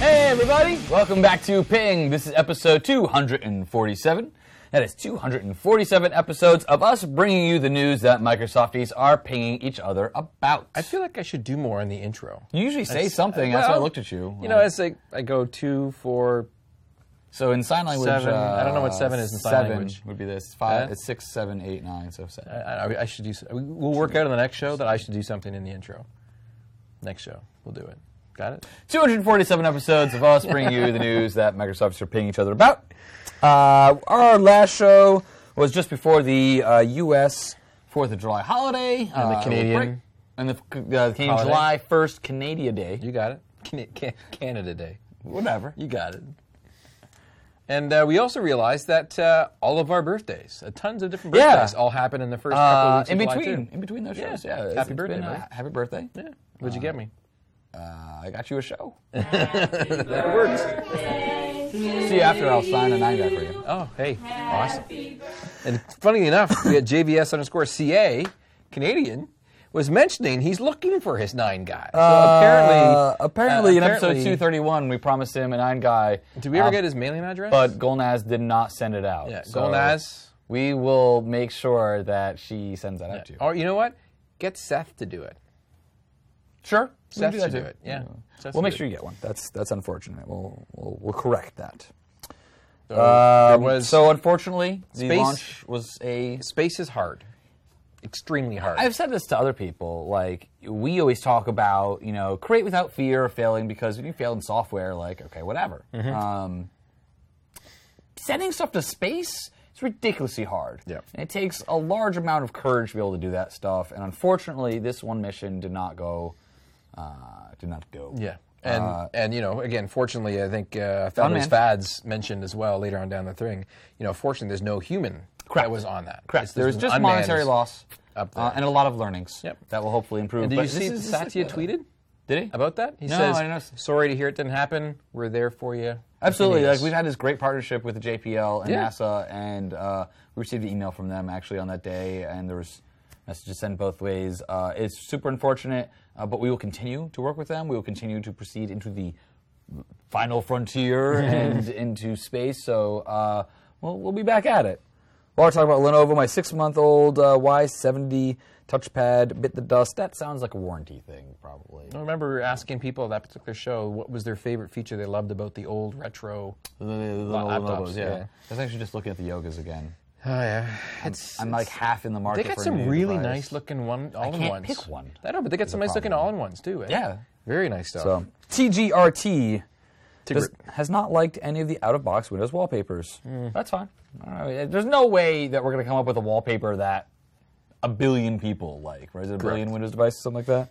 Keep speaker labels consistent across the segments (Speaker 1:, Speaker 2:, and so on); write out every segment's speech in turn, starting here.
Speaker 1: everybody. Welcome back to Ping. This is episode 247. That is 247 episodes of us bringing you the news that Microsofties are pinging each other about.
Speaker 2: I feel like I should do more in the intro.
Speaker 1: you usually say something. That's why I looked at you.
Speaker 2: You know, it's like I go two, four.
Speaker 1: so in sign language,
Speaker 2: Seven. I don't know what
Speaker 1: uh,
Speaker 2: seven is in sign
Speaker 1: seven
Speaker 2: language.
Speaker 1: Would be this five?
Speaker 2: Yeah.
Speaker 1: It's six, seven, eight, nine. So seven.
Speaker 2: I, I, I should do. s- we- We'll work out on the next show that I should do something in the intro. Next show, we'll do it. Got it.
Speaker 1: 247 episodes of us bringing you the news that Microsoft's are pinging each other about. Uh, our last show was just before the uh, U.S. Fourth of July holiday and
Speaker 2: the Canadian-
Speaker 1: and the uh, Canadian
Speaker 2: Holiday.
Speaker 1: July First Canada Day.
Speaker 2: You got it. Can- Can- Canada Day.
Speaker 1: Whatever.
Speaker 2: You got it. And uh, we also realized that uh, all of our birthdays, uh, tons of different
Speaker 1: Yeah.
Speaker 2: birthdays, all happened in the first couple of
Speaker 1: Uh,
Speaker 2: weeks.
Speaker 1: in
Speaker 2: of July,
Speaker 1: between,
Speaker 2: too.
Speaker 1: in between those
Speaker 2: Yeah.
Speaker 1: shows, yeah. it's-
Speaker 2: Happy
Speaker 1: it's
Speaker 2: birthday,
Speaker 1: been, uh,
Speaker 2: buddy.
Speaker 1: happy birthday!
Speaker 2: Yeah. What'd you get me?
Speaker 1: Uh, I got you a show.
Speaker 2: That works.
Speaker 1: See you after. I'll sign a nine guy for you.
Speaker 2: Oh, hey, awesome. And funny enough, we had JVS underscore CA, Canadian, was mentioning he's looking for his nine guy. So
Speaker 1: Uh,
Speaker 2: apparently,
Speaker 1: apparently, in
Speaker 2: uh,
Speaker 1: episode two thirty one, we promised him a nine guy.
Speaker 2: did we ever
Speaker 1: Um,
Speaker 2: get his mailing address?
Speaker 1: But Golnaz did not send it out.
Speaker 2: yeah,
Speaker 1: so
Speaker 2: Golnaz.
Speaker 1: We will make sure that she sends that out to you.
Speaker 2: Or Oh, you know what? Get Seth to do it.
Speaker 1: Sure, we can
Speaker 2: Seth
Speaker 1: do
Speaker 2: should
Speaker 1: that
Speaker 2: do
Speaker 1: too.
Speaker 2: it. Yeah, Seth
Speaker 1: we'll
Speaker 2: should
Speaker 1: make
Speaker 2: do
Speaker 1: sure you get one. That's that's unfortunate. We'll we'll, we'll correct that.
Speaker 2: So
Speaker 1: Um,
Speaker 2: there was
Speaker 1: so unfortunately, the
Speaker 2: Space-
Speaker 1: launch was a.
Speaker 2: space is hard, extremely hard.
Speaker 1: I've said this to other people. Like we always talk about, you know, create without fear of failing because when you fail in software, like okay, whatever.
Speaker 2: Mm-hmm.
Speaker 1: Um, sending stuff to space is ridiculously hard.
Speaker 2: Yeah.
Speaker 1: And it takes a large amount of courage to be able to do that stuff. And unfortunately, this one mission did not go. Uh, did not go.
Speaker 2: Yeah. And, and you know, again, fortunately, I think uh, Founders
Speaker 1: Uh, man.
Speaker 2: Fads mentioned as well later on down the thing. You know, fortunately, there's no human
Speaker 1: Correct.
Speaker 2: that was on that.
Speaker 1: Correct.
Speaker 2: It's this
Speaker 1: There was just
Speaker 2: unmanned-
Speaker 1: monetary loss
Speaker 2: up
Speaker 1: uh,
Speaker 2: there.
Speaker 1: and a lot of learnings
Speaker 2: Yep.
Speaker 1: that will hopefully improve.
Speaker 2: And did
Speaker 1: But
Speaker 2: you
Speaker 1: this
Speaker 2: see
Speaker 1: is- this is
Speaker 2: Satya
Speaker 1: like a-
Speaker 2: tweeted
Speaker 1: Did he
Speaker 2: about that? He
Speaker 1: No,
Speaker 2: says,
Speaker 1: I didn't notice.
Speaker 2: "Sorry to hear it didn't happen. We're there for you." if you
Speaker 1: Absolutely.
Speaker 2: need
Speaker 1: Like
Speaker 2: us."
Speaker 1: we've had this great partnership with the JPL and
Speaker 2: Yeah.
Speaker 1: NASA, and uh, we received an email from them actually on that day, and there was messages sent both ways. Uh, it's super unfortunate, uh, but we will continue to work with them. We will continue to proceed into the final frontier and into space. So uh, we'll, we'll be back at it. While we're talking about Lenovo, my six-month-old uh, Y70 touchpad bit the dust. That sounds like a warranty thing, probably.
Speaker 2: I remember asking people at that particular show what was their favorite feature they loved about the old retro.
Speaker 1: The, the, the
Speaker 2: laptops, yeah.
Speaker 1: I was actually just looking at the yogas again.
Speaker 2: Oh yeah, it's,
Speaker 1: I'm like half in the market.
Speaker 2: they got
Speaker 1: for a
Speaker 2: some
Speaker 1: new
Speaker 2: really
Speaker 1: device.
Speaker 2: nice looking one all in
Speaker 1: can't
Speaker 2: ones.
Speaker 1: pick one.
Speaker 2: I know, but they got some nice looking all in ones too. eh?
Speaker 1: Yeah.
Speaker 2: very nice stuff.
Speaker 1: So TGRT does,
Speaker 2: Tigger-
Speaker 1: has not liked any of the out-of-box Windows wallpapers. That's fine. I don't know. Hmm. There's no way that we're going to come up with a wallpaper that a billion people like. Right? Is it a billion Windows devices, something like that?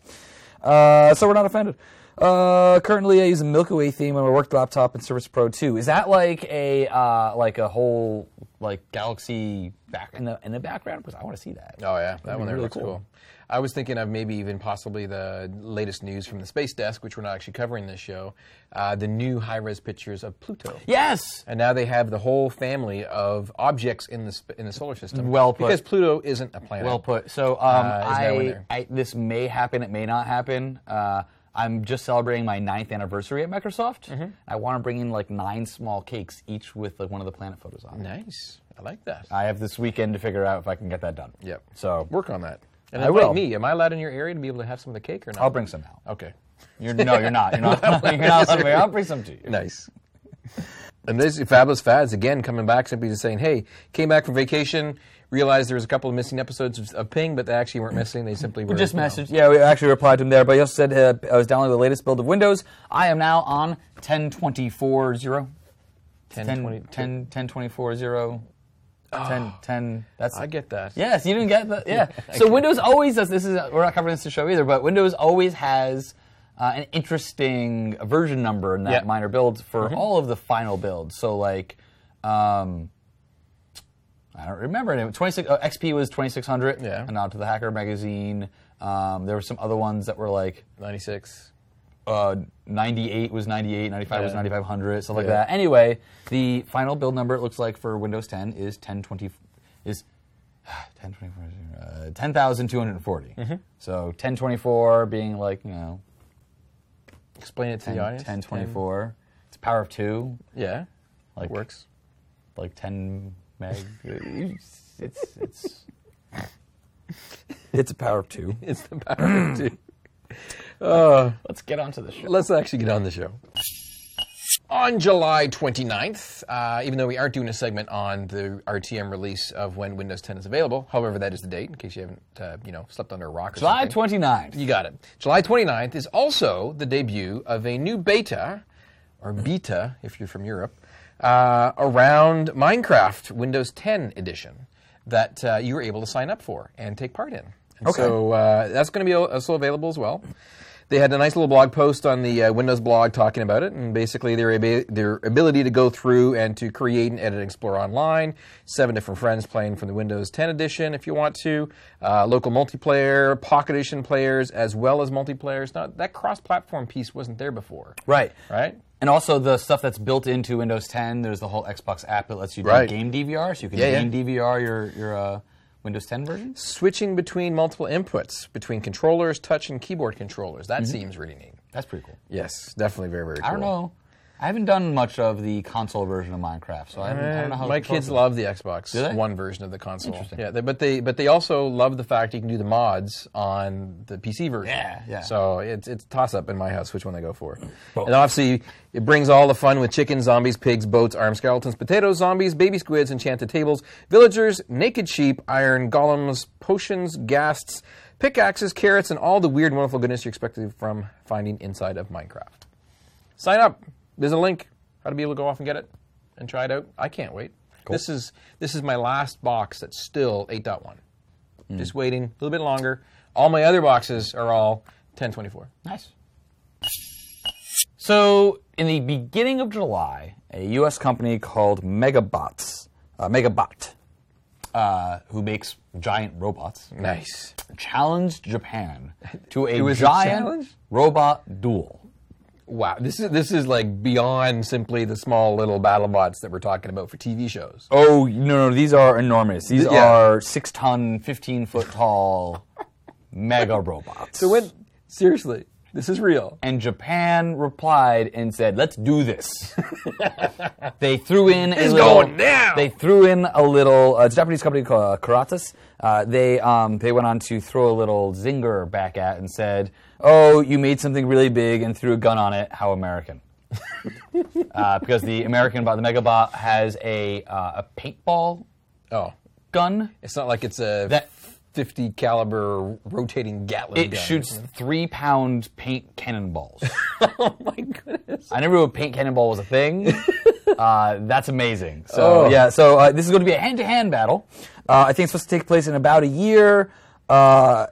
Speaker 1: Uh, so we're not offended. Uh, currently, I use a Milky Way theme on my work laptop and Surface Pro 2. Is that like a uh, like a whole like galaxy back in the in the background? Because I want to see that.
Speaker 2: Oh yeah, that
Speaker 1: be
Speaker 2: one there
Speaker 1: really
Speaker 2: looks
Speaker 1: cool.
Speaker 2: cool. I was thinking of maybe even possibly the latest news from the space desk, which we're not actually covering this show. Uh, the new high-res pictures of Pluto.
Speaker 1: Yes.
Speaker 2: And now they have the whole family of objects in the sp- in the solar system.
Speaker 1: Well put.
Speaker 2: because Pluto isn't a planet.
Speaker 1: Well put. So um,
Speaker 2: Uh, is now in
Speaker 1: I,
Speaker 2: there.
Speaker 1: I, this may happen. It may not happen. Uh, I'm just celebrating my ninth anniversary at Microsoft.
Speaker 2: Mm-hmm.
Speaker 1: I want to bring in like nine small cakes, each with like one of the planet photos on. it.
Speaker 2: Nice. I like that.
Speaker 1: I have this weekend to figure out if I can get that done.
Speaker 2: yep.
Speaker 1: So
Speaker 2: work on that. And
Speaker 1: I
Speaker 2: invite
Speaker 1: will.
Speaker 2: me. Am I allowed in your area to be able to have some of the cake or not?
Speaker 1: I'll bring some out.
Speaker 2: Okay.
Speaker 1: You're, no, you're not. You're not. you're not somebody. I'll bring some to you.
Speaker 2: Nice. And this Fabulous Fads again coming back simply just saying, hey, came back from vacation, realized there was a couple of missing episodes of, of Ping, but they actually weren't missing. They simply were
Speaker 1: Just
Speaker 2: you know,
Speaker 1: messaged. Yeah, we actually replied to him there. But he also said uh, I was downloading the latest build of Windows. I am now on 10.24.0.
Speaker 2: 10, 20,
Speaker 1: 10, 10, 10.24.0. 10, 10. That's
Speaker 2: Oh, I get that.
Speaker 1: Yes, you didn't get the yeah. so Windows always does this. Is we're not covering this to show either, but Windows always has uh, an interesting version number in that
Speaker 2: Yeah.
Speaker 1: minor build for all of the final builds. So like, um, I don't remember it. Twenty six uh, XP was twenty six hundred.
Speaker 2: Yeah.
Speaker 1: and out to the Hacker magazine. Um, there were some other ones that were like
Speaker 2: 96.
Speaker 1: uh, 98 was 98, 95 was
Speaker 2: Yeah.
Speaker 1: 9500, stuff like
Speaker 2: Yeah.
Speaker 1: that. Anyway, the final build number it looks like for Windows 10 is 1020 is 1024 uh, 10,240. So 1024 being like you know
Speaker 2: Explain it to
Speaker 1: 10,
Speaker 2: the audience.
Speaker 1: 1024. It's It's power of two,
Speaker 2: Yeah,
Speaker 1: like
Speaker 2: works.
Speaker 1: like ten meg. it's it's, it's
Speaker 3: It's a power of two.
Speaker 2: It's the power of two.
Speaker 1: let's get onto the show.
Speaker 2: Let's actually get on the show. On July 29th, uh, even though we aren't doing a segment on the RTM release of when Windows 10 is available, however, that is the date in case you haven't, uh, you know, slept under a rock or
Speaker 1: July
Speaker 2: something.
Speaker 1: 29th.
Speaker 2: You got it. July 29th is also the debut of a new beta, or beta if you're from Europe, uh, around Minecraft Windows 10 edition that uh, you were able to sign up for and take part in. And So uh, that's going to be al- also available as well. They had a nice little blog post on the uh, Windows blog talking about it, and basically their, ab- their ability to go through and to create and edit and explore online. Seven different friends playing from the Windows 10 edition, if you want to. Uh, local multiplayer, Pocket Edition players, as well as multiplayers. Now, that cross-platform piece wasn't there before,
Speaker 1: Right.
Speaker 2: right?
Speaker 1: And also the stuff that's built into Windows 10. There's the whole Xbox app that lets you do
Speaker 2: Right.
Speaker 1: game DVR, so you can
Speaker 2: Yeah, yeah.
Speaker 1: game DVR your your uh, Windows 10 version.
Speaker 2: Switching between multiple inputs, between controllers, touch and keyboard controllers. That seems really neat.
Speaker 1: That's pretty cool.
Speaker 2: Yes, definitely very, very cool.
Speaker 1: Mm-hmm. I don't know. I haven't done much of the console version of Minecraft, so I, haven't, I don't know how.
Speaker 2: My
Speaker 1: it controls
Speaker 2: kids
Speaker 1: it.
Speaker 2: love the Xbox
Speaker 1: they?
Speaker 2: One version of the console. Yeah, they, but they but they also love the fact you can do the mods on the PC version.
Speaker 1: Yeah, yeah.
Speaker 2: So it's it's toss up in my house which one they go for. And obviously it brings all the fun with chickens, zombies, pigs, boats, armed skeletons, potatoes, zombies, baby squids, enchanted tables, villagers, naked sheep, iron golems, potions, ghasts, pickaxes, carrots, and all the weird, wonderful goodness you're expected from finding inside of Minecraft. Sign up. There's a link. How to be able to go off and get it and try it out. I can't wait. This is this is my last box that's still 8.1. Just waiting a little bit longer. All my other boxes are all 1024.
Speaker 1: Nice. So, in the beginning of July, a U.S. company called Megabots, uh, Megabot, uh, who makes giant robots,
Speaker 2: Nice.
Speaker 1: challenged Japan to a
Speaker 2: was a
Speaker 1: giant
Speaker 2: challenge?
Speaker 1: robot duel.
Speaker 2: Wow. This is this is like beyond simply the small little battle bots that we're talking about for TV shows.
Speaker 1: Oh no, no, these are enormous. These
Speaker 2: Yeah.
Speaker 1: are six-ton, fifteen-foot-tall mega robots.
Speaker 2: So when seriously, this is real.
Speaker 1: and Japan replied and said, "Let's do this." they threw in a little.
Speaker 2: going now!
Speaker 1: They threw in a little. Uh, it's a Japanese company called uh, Karatas. Uh, they um, they went on to throw a little zinger back at and said, "Oh, you made something really big and threw a gun on it. How American." uh, because the American bot, the Megabot, has a uh, a paintball
Speaker 2: Oh.
Speaker 1: gun.
Speaker 2: It's not like it's a
Speaker 1: That-
Speaker 2: 50 caliber rotating Gatling
Speaker 1: It
Speaker 2: gun.
Speaker 1: shoots three pound paint cannonballs.
Speaker 2: Oh my goodness.
Speaker 1: I never knew a paint cannonball was a thing. uh, that's amazing. So
Speaker 2: Oh.
Speaker 1: yeah, so uh, this is going to be a hand-to-hand battle. Uh, I think it's supposed to take place in about a year. Uh,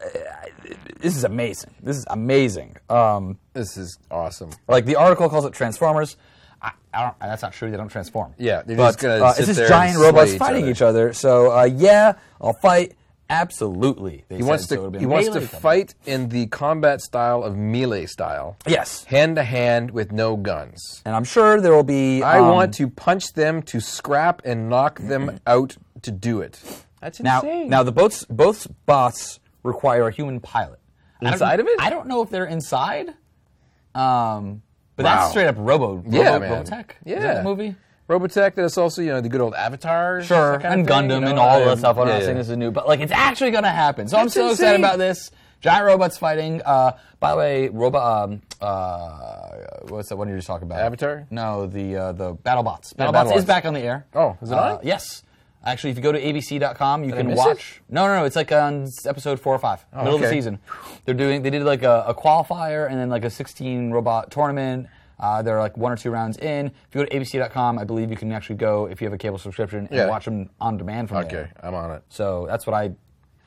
Speaker 1: this is amazing. This is amazing. Um,
Speaker 2: This is awesome.
Speaker 1: like the article calls it Transformers. I, I don't, that's not true. They don't transform.
Speaker 2: Yeah, they're
Speaker 1: but
Speaker 2: just gonna
Speaker 1: uh,
Speaker 2: sit
Speaker 1: it's just
Speaker 2: there
Speaker 1: giant
Speaker 2: and slay
Speaker 1: robots
Speaker 2: each
Speaker 1: fighting
Speaker 2: other.
Speaker 1: each other. So uh, yeah, I'll fight. Absolutely. They
Speaker 2: He wants
Speaker 1: said, so it'll
Speaker 2: to
Speaker 1: be a
Speaker 2: he wants
Speaker 1: melee
Speaker 2: to
Speaker 1: combat.
Speaker 2: fight in the combat style of melee style.
Speaker 1: Yes,
Speaker 2: Hand to hand with no guns.
Speaker 1: and I'm sure there will be.
Speaker 2: I
Speaker 1: um, Mm-hmm.
Speaker 2: want to punch them to scrap and knock them out to do it. That's
Speaker 1: Now, now the boats, both bots require a human pilot. I don't-
Speaker 2: Inside of it?
Speaker 1: I don't know if they're inside. Um, but
Speaker 2: Wow.
Speaker 1: that's straight up Robo,
Speaker 2: yeah,
Speaker 1: Robo
Speaker 2: man.
Speaker 1: Robotech.
Speaker 2: Yeah.
Speaker 1: Is that the movie?
Speaker 2: Robotech that's also, you know, the good old avatars.
Speaker 1: Sure,
Speaker 2: that kind
Speaker 1: and
Speaker 2: of thing,
Speaker 1: Gundam
Speaker 2: you know,
Speaker 1: and all of that
Speaker 2: and-
Speaker 1: stuff. I'm
Speaker 2: yeah,
Speaker 1: not
Speaker 2: yeah.
Speaker 1: saying this is new, but like it's actually going to happen. So I'm
Speaker 2: That's
Speaker 1: so excited
Speaker 2: insane.
Speaker 1: about this. Giant robots fighting. Uh, by the way, robot. Um, uh, what's that one you were just talking about?
Speaker 2: Avatar?
Speaker 1: No, the uh, the BattleBots. BattleBots
Speaker 2: BattleBots.
Speaker 1: is back on the air.
Speaker 2: Oh, is it
Speaker 1: Uh,
Speaker 2: on?
Speaker 1: Yes. Actually, if you go to abc.com, you
Speaker 2: I
Speaker 1: can
Speaker 2: miss Oh,
Speaker 1: watch. No, no, no. It's like on s- episode four or five, middle of the
Speaker 2: okay.
Speaker 1: season. They're doing. They did like a, a qualifier and then like a 16 robot tournament. Uh, they're like one or two rounds in. If you go to abc.com, I believe you can actually go if you have a cable subscription and
Speaker 2: Yeah.
Speaker 1: watch them on demand from there.
Speaker 2: Okay, I'm on it.
Speaker 1: So that's what I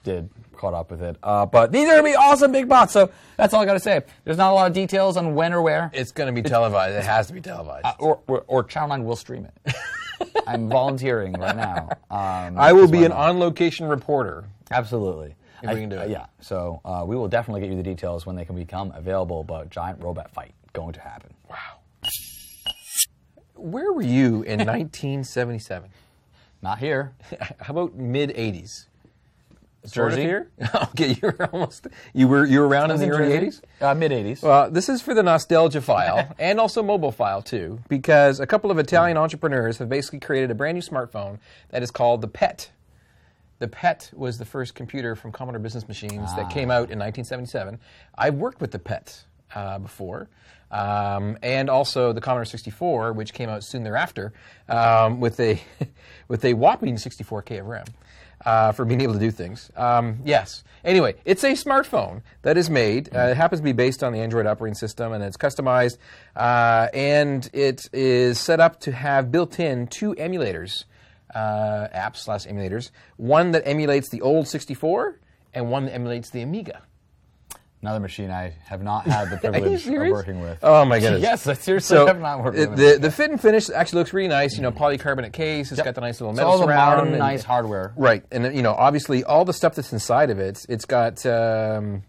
Speaker 1: did, caught up with it. Uh, but these are gonna be awesome big bots. So that's all I gotta say. There's not a lot of details on when or where,
Speaker 2: It's going to be televised. It has to be televised.
Speaker 1: or, or or Channel Nine will stream it. I'm volunteering right now. Um,
Speaker 2: I
Speaker 1: because
Speaker 2: will
Speaker 1: why
Speaker 2: be an
Speaker 1: not?
Speaker 2: on location reporter.
Speaker 1: Absolutely. If
Speaker 2: we can do it.
Speaker 1: yeah. So uh, we will definitely get you the details when they can become available. But giant robot fight going to happen.
Speaker 2: Where were you in 1977?
Speaker 1: Not here.
Speaker 2: How about mid 80s? sort of
Speaker 1: Jersey.
Speaker 2: here. okay, you were almost you were you were around in the early '80s.
Speaker 1: Uh, Mid 80s.
Speaker 2: Well, this is for the nostalgia file and also mobile file too, because a couple of Italian entrepreneurs have basically created a brand new smartphone that is called the PET. The PET was the first computer from Commodore Business Machines that came out in 1977. I worked with the PET uh, before, um, and also the Commodore 64, which came out soon thereafter um, with a with a whopping 64k of RAM. Uh, for being able to do things. Um, yes. Anyway, it's a smartphone that is made. Uh, it happens to be based on the Android operating system, and it's customized, uh, and it is set up to have built-in two emulators uh, apps slash emulators. One that emulates the old 64, and one that emulates the Amiga.
Speaker 1: Another machine I have not had the
Speaker 2: Are you
Speaker 1: privilege of
Speaker 2: serious?
Speaker 1: working with.
Speaker 2: Oh my goodness!
Speaker 1: Yes, I seriously have not worked
Speaker 2: it-
Speaker 1: with
Speaker 2: the, the fit and finish actually looks really nice. You know, polycarbonate case. It's got the nice little
Speaker 1: So
Speaker 2: metal
Speaker 1: all the
Speaker 2: surround.
Speaker 1: modern,
Speaker 2: and-
Speaker 1: nice hardware.
Speaker 2: Right, and uh, you know, obviously, all the stuff that's inside of it, it's got. Um,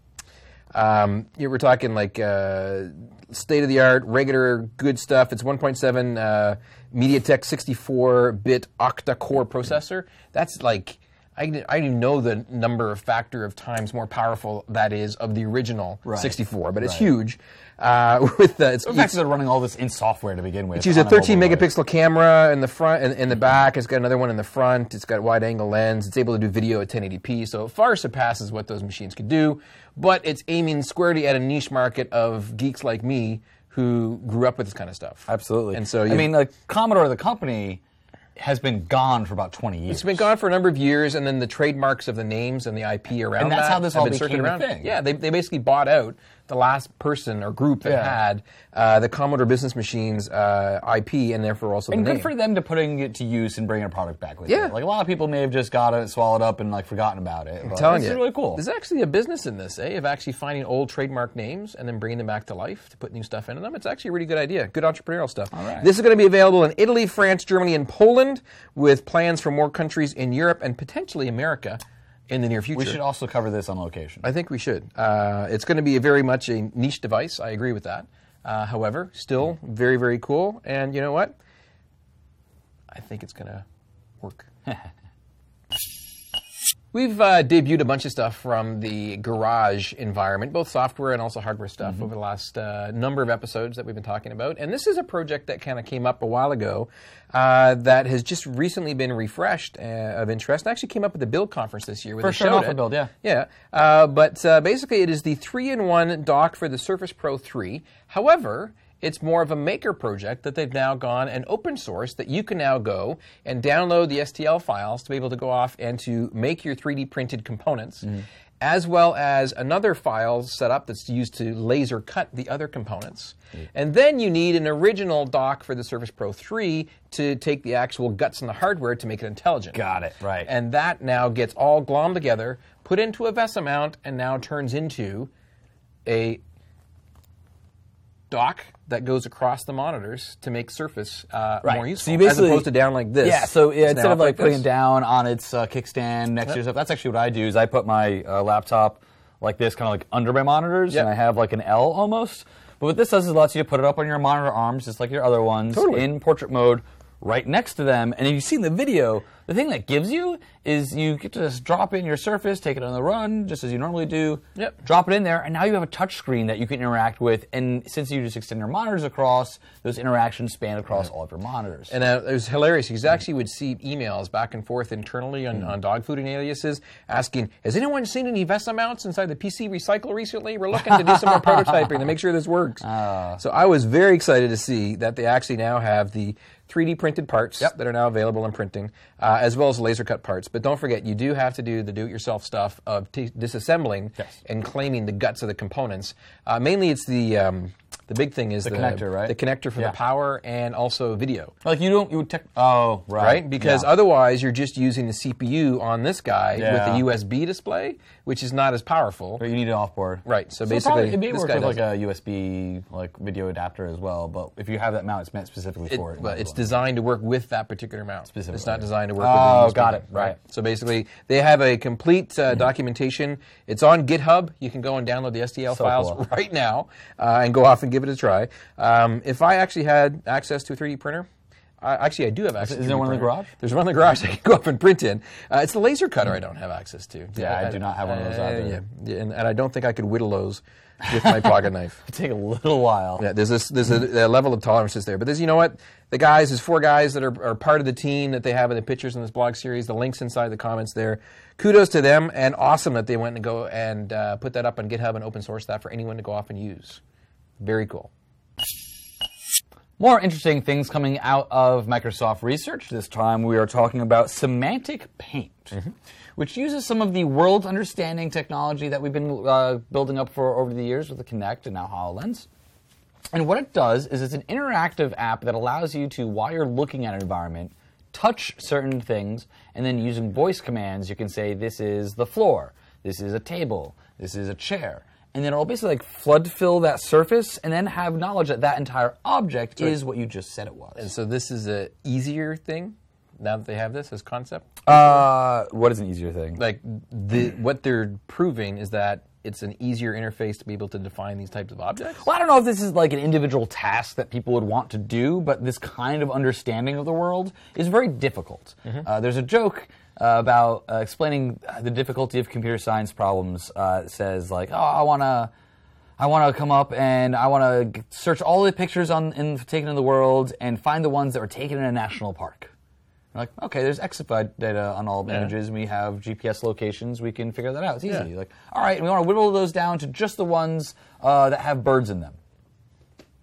Speaker 2: um, you we're talking like uh, state of the art, regular, good stuff. It's 1.7 uh, MediaTek 64-bit octa-core processor. That's like I didn't, I didn't know the number of factor of times more powerful that is of the original 64, but it's huge. Uh, with the, it's
Speaker 1: The fact that they're running all this in software to begin with.
Speaker 2: it's using
Speaker 1: on
Speaker 2: a 13
Speaker 1: mobile device.
Speaker 2: megapixel camera in the front and in, the back. It's got another one in the front. It's got a wide angle lens. It's able to do video at 1080p. So it far surpasses what those machines could do. But it's aiming squarely at a niche market of geeks like me who grew up with this kind of stuff.
Speaker 1: Absolutely.
Speaker 2: And so you,
Speaker 1: I mean, like Commodore, the company, has been gone for about 20 years.
Speaker 2: it's been gone for a number of years, and then the trademarks of the names and the IP around
Speaker 1: And that's
Speaker 2: that
Speaker 1: how this
Speaker 2: have
Speaker 1: all
Speaker 2: been circling
Speaker 1: became a
Speaker 2: around.
Speaker 1: thing.
Speaker 2: Yeah, they, they basically bought out the last person or group that
Speaker 1: Yeah.
Speaker 2: had uh, the Commodore Business Machines uh, IP, and therefore also
Speaker 1: And
Speaker 2: the
Speaker 1: good
Speaker 2: name.
Speaker 1: for them to putting it to use and bringing a product back with
Speaker 2: Yeah.
Speaker 1: it. Like a lot of people may have just got it, swallowed up, and like forgotten about it. but
Speaker 2: telling
Speaker 1: this
Speaker 2: you,
Speaker 1: is really cool.
Speaker 2: There's actually a business in this, eh? Of actually finding old trademark names and then bringing them back to life to put new stuff into them. It's actually a really good idea. Good entrepreneurial stuff. All
Speaker 1: right.
Speaker 2: This is going to be available in Italy, France, Germany, and Poland, with plans for more countries in Europe and potentially America in the near future.
Speaker 1: we should also cover this on location.
Speaker 2: I think we should. Uh, it's going to be a very much a niche device. I agree with that. Uh, however, still very very cool. And you know what? I think it's going to work. We've uh, debuted a bunch of stuff from the garage environment, both software and also hardware stuff,
Speaker 1: Mm-hmm.
Speaker 2: over the last uh, number of episodes that we've been talking about. And this is a project that kind of came up a while ago uh, that has just recently been refreshed uh, of interest. I actually came up at the Build conference this year. Where
Speaker 1: First
Speaker 2: they
Speaker 1: turn
Speaker 2: showed
Speaker 1: off a
Speaker 2: it.
Speaker 1: build, yeah.
Speaker 2: Yeah, uh, but uh, basically, it is the three-in-one dock for the Surface Pro 3. However, it's more of a maker project that they've now gone and open source that you can now go and download the STL files to be able to go off and to make your 3D printed components.
Speaker 1: Mm-hmm.
Speaker 2: As well as another file setup that's used to laser cut the other components.
Speaker 1: Mm-hmm.
Speaker 2: And then you need an original dock for the Surface Pro 3 to take the actual guts and the hardware to make it intelligent.
Speaker 1: Got it, right.
Speaker 2: And that now gets all glommed together, put into a VESA mount, and now turns into a dock that goes across the monitors to make Surface uh,
Speaker 1: Right.
Speaker 2: more
Speaker 1: So
Speaker 2: useful,
Speaker 1: you basically-
Speaker 2: as opposed to down like this.
Speaker 1: Yeah, so yeah,
Speaker 2: It's
Speaker 1: instead
Speaker 2: now
Speaker 1: of like
Speaker 2: this.
Speaker 1: putting it down on its uh, kickstand next to yourself, that's actually what I do. Is I put my uh, laptop like this, kind of like under my monitors,
Speaker 2: Yep.
Speaker 1: and I have like an L almost. But what this does is allows you to put it up on your monitor arms, just like your other ones,
Speaker 2: Totally.
Speaker 1: in portrait mode, right next to them. And if you see in the video, the thing that gives you is you get to just drop in your surface, take it on the run, just as you normally do.
Speaker 2: Yep.
Speaker 1: Drop it in there, and now you have a touch screen that you can interact with. And since you just extend your monitors across, those interactions span across all of your monitors.
Speaker 2: And uh, it was hilarious because I actually would see emails back and forth internally on, on dog food and aliases asking, Has anyone seen any VESA mounts inside the PC Recycle recently? We're looking to do some more prototyping to make sure this works.
Speaker 1: Ah.
Speaker 2: So I was very excited to see that they actually now have the 3D printed parts that are now available in printing, uh, as well as laser cut parts. But don't forget, you do have to do the do it yourself stuff of t- disassembling
Speaker 1: Yes.
Speaker 2: and claiming the guts of the components. Uh, mainly, it's the. Um, the big thing is the,
Speaker 1: connector, right?
Speaker 2: The connector for
Speaker 1: Yeah.
Speaker 2: the power and also video
Speaker 1: Like you don't you would tech oh right
Speaker 2: right? Because
Speaker 1: yeah.
Speaker 2: otherwise, you're just using the CPU on this guy
Speaker 1: Yeah.
Speaker 2: with a USB display, which is not as powerful.
Speaker 1: But you need an offboard
Speaker 2: Right, so
Speaker 1: it probably-
Speaker 2: basically,
Speaker 1: it may
Speaker 2: this
Speaker 1: work
Speaker 2: guy
Speaker 1: with like
Speaker 2: does
Speaker 1: a USB like video adapter as well. But if you have that mount, it's meant specifically for it.
Speaker 2: Well, it's designed to work with that particular mount. It's
Speaker 1: Specifically.
Speaker 2: not designed to work
Speaker 1: Oh,
Speaker 2: with the USB.
Speaker 1: got it, right. Mm-hmm.
Speaker 2: So basically, they have a complete uh, documentation. It's on GitHub. You can go and download the STL
Speaker 1: So
Speaker 2: files
Speaker 1: cool.
Speaker 2: right now uh, and go off and give it a try. Um, if I actually had access to a 3D printer, I, actually, I do have access.
Speaker 1: Is
Speaker 2: to
Speaker 1: there
Speaker 2: a
Speaker 1: one in the
Speaker 2: printer.
Speaker 1: garage?
Speaker 2: There's one in the garage I can go up and print in. Uh, it's the laser cutter I don't have access to. Uh,
Speaker 1: Yeah, I do not have one of those either.
Speaker 2: yeah, yeah, and, and I don't think I could whittle those with my pocket knife.
Speaker 1: It'd take a little while.
Speaker 2: Yeah, there's this there's
Speaker 1: Hmm.
Speaker 2: a, a level of tolerances there, but there's you know what the guys there's four guys that are, are part of the team that they have in the pictures in this blog series. The links inside the comments there. Kudos to them and awesome that they went and go and uh, put that up on GitHub and open source that for anyone to go off and use. Very cool.
Speaker 1: More interesting things coming out of Microsoft research. This time we are talking about semantic paint,
Speaker 2: Mm-hmm.
Speaker 1: which uses some of the world understanding technology that we've been uh, building up for over the years with the Kinect and now HoloLens. And what it does is it's an interactive app that allows you to, while you're looking at an environment, touch certain things, and then using voice commands, you can say, This is the floor, this is a table, this is a chair. And then it'll basically like flood fill that surface and then have knowledge that that entire object is what you just said it was.
Speaker 2: So this is a easier thing now that they have this as concept.
Speaker 1: Uh, what is an easier thing?
Speaker 2: Like the what they're proving is that it's an easier interface to be able to define these types of objects.
Speaker 1: Well, I don't know if this is like an individual task that people would want to do, but this kind of understanding of the world is very difficult. Uh, there's a joke uh, about uh, explaining the difficulty of computer science problems. Uh, it says like, "Oh, I want to." I want to come up and I want to search all the pictures on in, taken in the world and find the ones that were taken in a national park. We're like, okay, there's exify data on all images. We have GPS locations. We can figure that out. It's easy.
Speaker 2: Yeah.
Speaker 1: Like, all right, we want to whittle those down to just the ones uh, that have birds in them.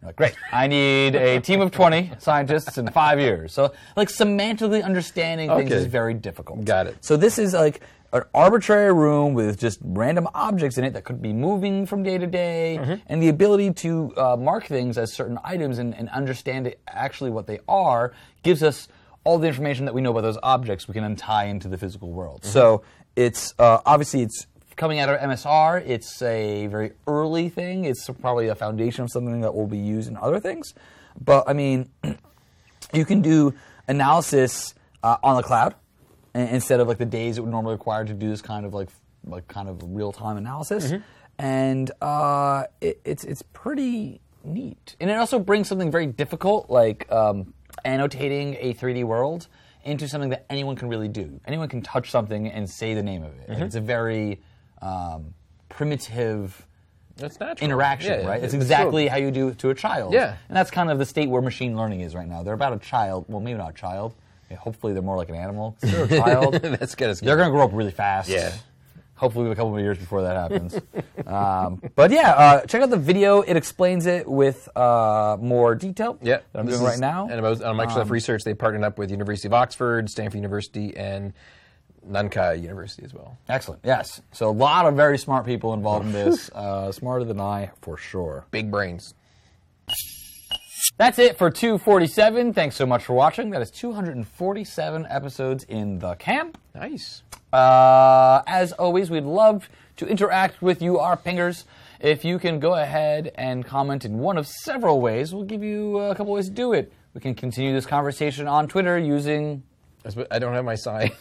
Speaker 1: You're like, great. I need a team of 20 scientists in five years. So, like, semantically understanding things
Speaker 2: Okay.
Speaker 1: is very difficult.
Speaker 2: Got it.
Speaker 1: So, this is like an arbitrary room with just random objects in it that could be moving from day to day,
Speaker 2: Mm-hmm.
Speaker 1: and the ability to uh, mark things as certain items and, and understand it, actually what they are gives us all the information that we know about those objects we can untie into the physical world.
Speaker 2: Mm-hmm.
Speaker 1: So, it's uh, obviously it's coming out of MSR. It's a very early thing. It's probably a foundation of something that will be used in other things. But I mean, you can do analysis uh, on the cloud i- instead of like the days it would normally require to do this kind of like f- like kind of real time analysis, and uh, it, it's it's pretty neat. And it also brings something very difficult like um, annotating a 3D world into something that anyone can really do. Anyone can touch something and say the name of it. Like, it's a very um, primitive
Speaker 2: That's natural
Speaker 1: interaction,
Speaker 2: Yeah,
Speaker 1: right? It's
Speaker 2: it-
Speaker 1: exactly how you do it to a child.
Speaker 2: Yeah.
Speaker 1: And that's kind of the state where machine learning is right now. They're about a child. Well, maybe not a child. Yeah, Hopefully, they're more like an animal. 'Cause They're a child.
Speaker 2: That's good. That's good.
Speaker 1: they're going to grow up really fast.
Speaker 2: Yeah.
Speaker 1: Hopefully, we have a couple of years before that happens. um, but yeah, uh, check out the video. It explains it with uh, more detail.
Speaker 2: Yeah,
Speaker 1: That I'm
Speaker 2: this
Speaker 1: doing
Speaker 2: is-
Speaker 1: right now.
Speaker 2: And about, on Microsoft Research, they partnered up with University of Oxford, Stanford University, and Nankai University as well.
Speaker 1: Excellent. Yes. So a lot of very smart people involved in this. Uh, smarter than I, for sure.
Speaker 2: Big brains.
Speaker 1: That's it for 247. Thanks so much for watching. That is 247 episodes in the can.
Speaker 2: Nice.
Speaker 1: Uh, as always, we'd love to interact with you, our pingers. If you can go ahead and comment in one of several ways, we'll give you uh, a couple ways to do it. We can continue this conversation on Twitter using
Speaker 2: I sp- I don't have my sign.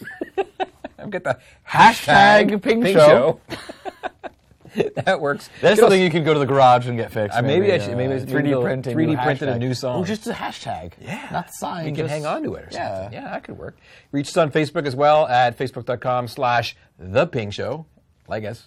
Speaker 2: I've got the
Speaker 1: hashtag,
Speaker 2: hashtag
Speaker 1: Ping,
Speaker 2: Ping
Speaker 1: Show.
Speaker 2: Show. that works.
Speaker 1: That's
Speaker 2: Get us-
Speaker 1: something you can go to the garage and get fixed.
Speaker 2: Uh, maybe I should- maybe I should- maybe
Speaker 1: 3D
Speaker 2: they'll
Speaker 1: print a
Speaker 2: 3D
Speaker 1: new
Speaker 2: printed a
Speaker 1: hashtag.
Speaker 2: new song.
Speaker 1: Oh, just a hashtag.
Speaker 2: Yeah.
Speaker 1: not the sign.
Speaker 2: You can
Speaker 1: just-
Speaker 2: hang on to it or something.
Speaker 1: Yeah.
Speaker 2: Yeah. that could work. Reach us on Facebook as well at facebook.com slash the Ping Show, like us.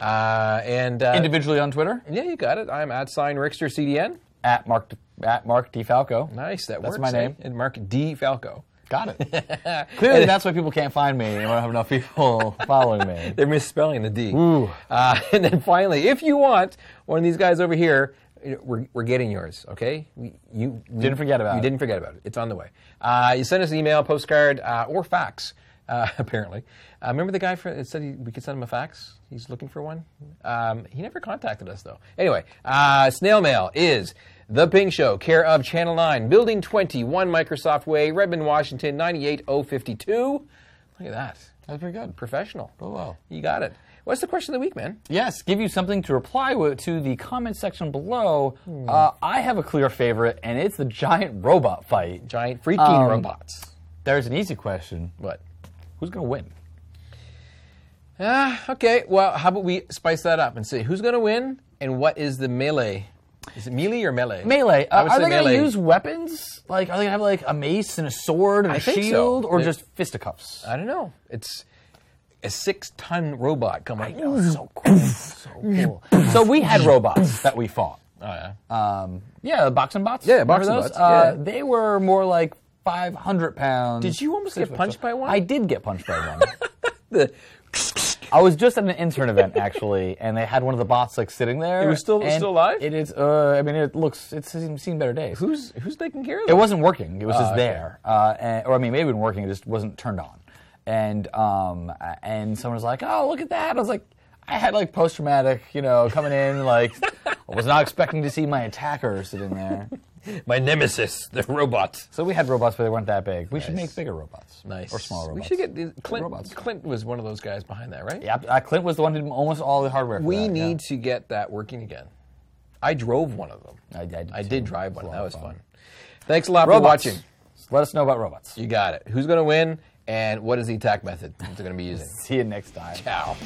Speaker 2: Uh, and uh,
Speaker 1: Individually on Twitter
Speaker 2: yeah, you got it. I'm at sign Rickster CDN.
Speaker 1: at Mark at Mark DeFalco.
Speaker 2: Nice, that
Speaker 1: That's
Speaker 2: works.
Speaker 1: my
Speaker 2: eh?
Speaker 1: name.
Speaker 2: And Mark D. Falco.
Speaker 1: Got it. Clearly, that's why people can't find me. I don't have enough people following me.
Speaker 2: They're misspelling the D. Uh, and then finally, if you want one of these guys over here, you know, we're, we're getting yours, okay? We, you we-
Speaker 1: Didn't forget about
Speaker 2: you
Speaker 1: it.
Speaker 2: didn't forget about it. It's on the way. Uh, you send us an email, postcard, uh, or fax. Uh, apparently, uh, remember the guy for, that said he, we could send him a fax. He's looking for one. Um, he never contacted us though. Anyway, uh, snail mail is the Ping Show, care of Channel Nine, Building 21, Microsoft Way, Redmond, Washington 98052. Look at that.
Speaker 1: That's pretty good.
Speaker 2: Professional.
Speaker 1: Oh, wow.
Speaker 2: You got it. What's the question of the week, man?
Speaker 1: Yes, give you something to reply wi- to the comment section below. Uh, I have a clear favorite, and it's the giant robot fight.
Speaker 2: Giant freaking
Speaker 1: Um,
Speaker 2: robots.
Speaker 1: There's an easy question.
Speaker 2: What?
Speaker 1: Who's going to win?
Speaker 2: Ah, okay. Well, how about we spice that up and say who's going to win and what is the melee Is it melee or melee?
Speaker 1: Melee.
Speaker 2: I
Speaker 1: Uh,
Speaker 2: would
Speaker 1: are
Speaker 2: say
Speaker 1: they going to
Speaker 2: melee.
Speaker 1: use weapons? Like, are they going to have like a mace and a sword and a
Speaker 2: think so.
Speaker 1: shield, or
Speaker 2: They-
Speaker 1: just fisticuffs?
Speaker 2: I don't know. It's a six-ton robot coming.
Speaker 1: That was so cool. so cool. So we had robots that we fought.
Speaker 2: Oh yeah.
Speaker 1: Um, yeah, the box and bots.
Speaker 2: Yeah,
Speaker 1: Remember
Speaker 2: box and
Speaker 1: those?
Speaker 2: bots,
Speaker 1: Uh,
Speaker 2: yeah.
Speaker 1: They were more like 500 pounds.
Speaker 2: Did you almost
Speaker 1: Six
Speaker 2: get
Speaker 1: foot
Speaker 2: punched
Speaker 1: tall.
Speaker 2: by one?
Speaker 1: I did get punched by one. I was just at an intern event actually, and they had one of the bots like sitting there.
Speaker 2: It was still-
Speaker 1: and
Speaker 2: still alive?
Speaker 1: It is. Uh, I mean, it looks. It's seen seen better days.
Speaker 2: who's who's taking care of
Speaker 1: It
Speaker 2: that?
Speaker 1: wasn't working. It was just
Speaker 2: Ah, okay.
Speaker 1: there, uh, and, or I mean, maybe it was working. It just wasn't turned on. And um, and someone was like, "Oh, look at that!" I was like, I had like post traumatic, you know, coming in. Like, I was not expecting to see my attacker sit in there.
Speaker 2: my nemesis, the robot.
Speaker 1: So we had robots, but they weren't that big. We should
Speaker 2: Nice.
Speaker 1: make bigger robots,
Speaker 2: Nice.
Speaker 1: or smaller robots.
Speaker 2: We should get these- Clint.
Speaker 1: robots.
Speaker 2: Clint was one of those guys behind that, right?
Speaker 1: Yeah, uh, Clint was the one who did almost all the hardware. for
Speaker 2: We
Speaker 1: that, yeah.
Speaker 2: need to get that working again. I drove one of them.
Speaker 1: I- I did too.
Speaker 2: drive one.
Speaker 1: It's a
Speaker 2: That
Speaker 1: lot
Speaker 2: was
Speaker 1: of
Speaker 2: fun.
Speaker 1: fun.
Speaker 2: Thanks a lot
Speaker 1: robots.
Speaker 2: for watching.
Speaker 1: Let us know about robots.
Speaker 2: You got it. Who's going to win? And what is the attack method they're going to be using?
Speaker 1: See you next time.
Speaker 2: Ciao.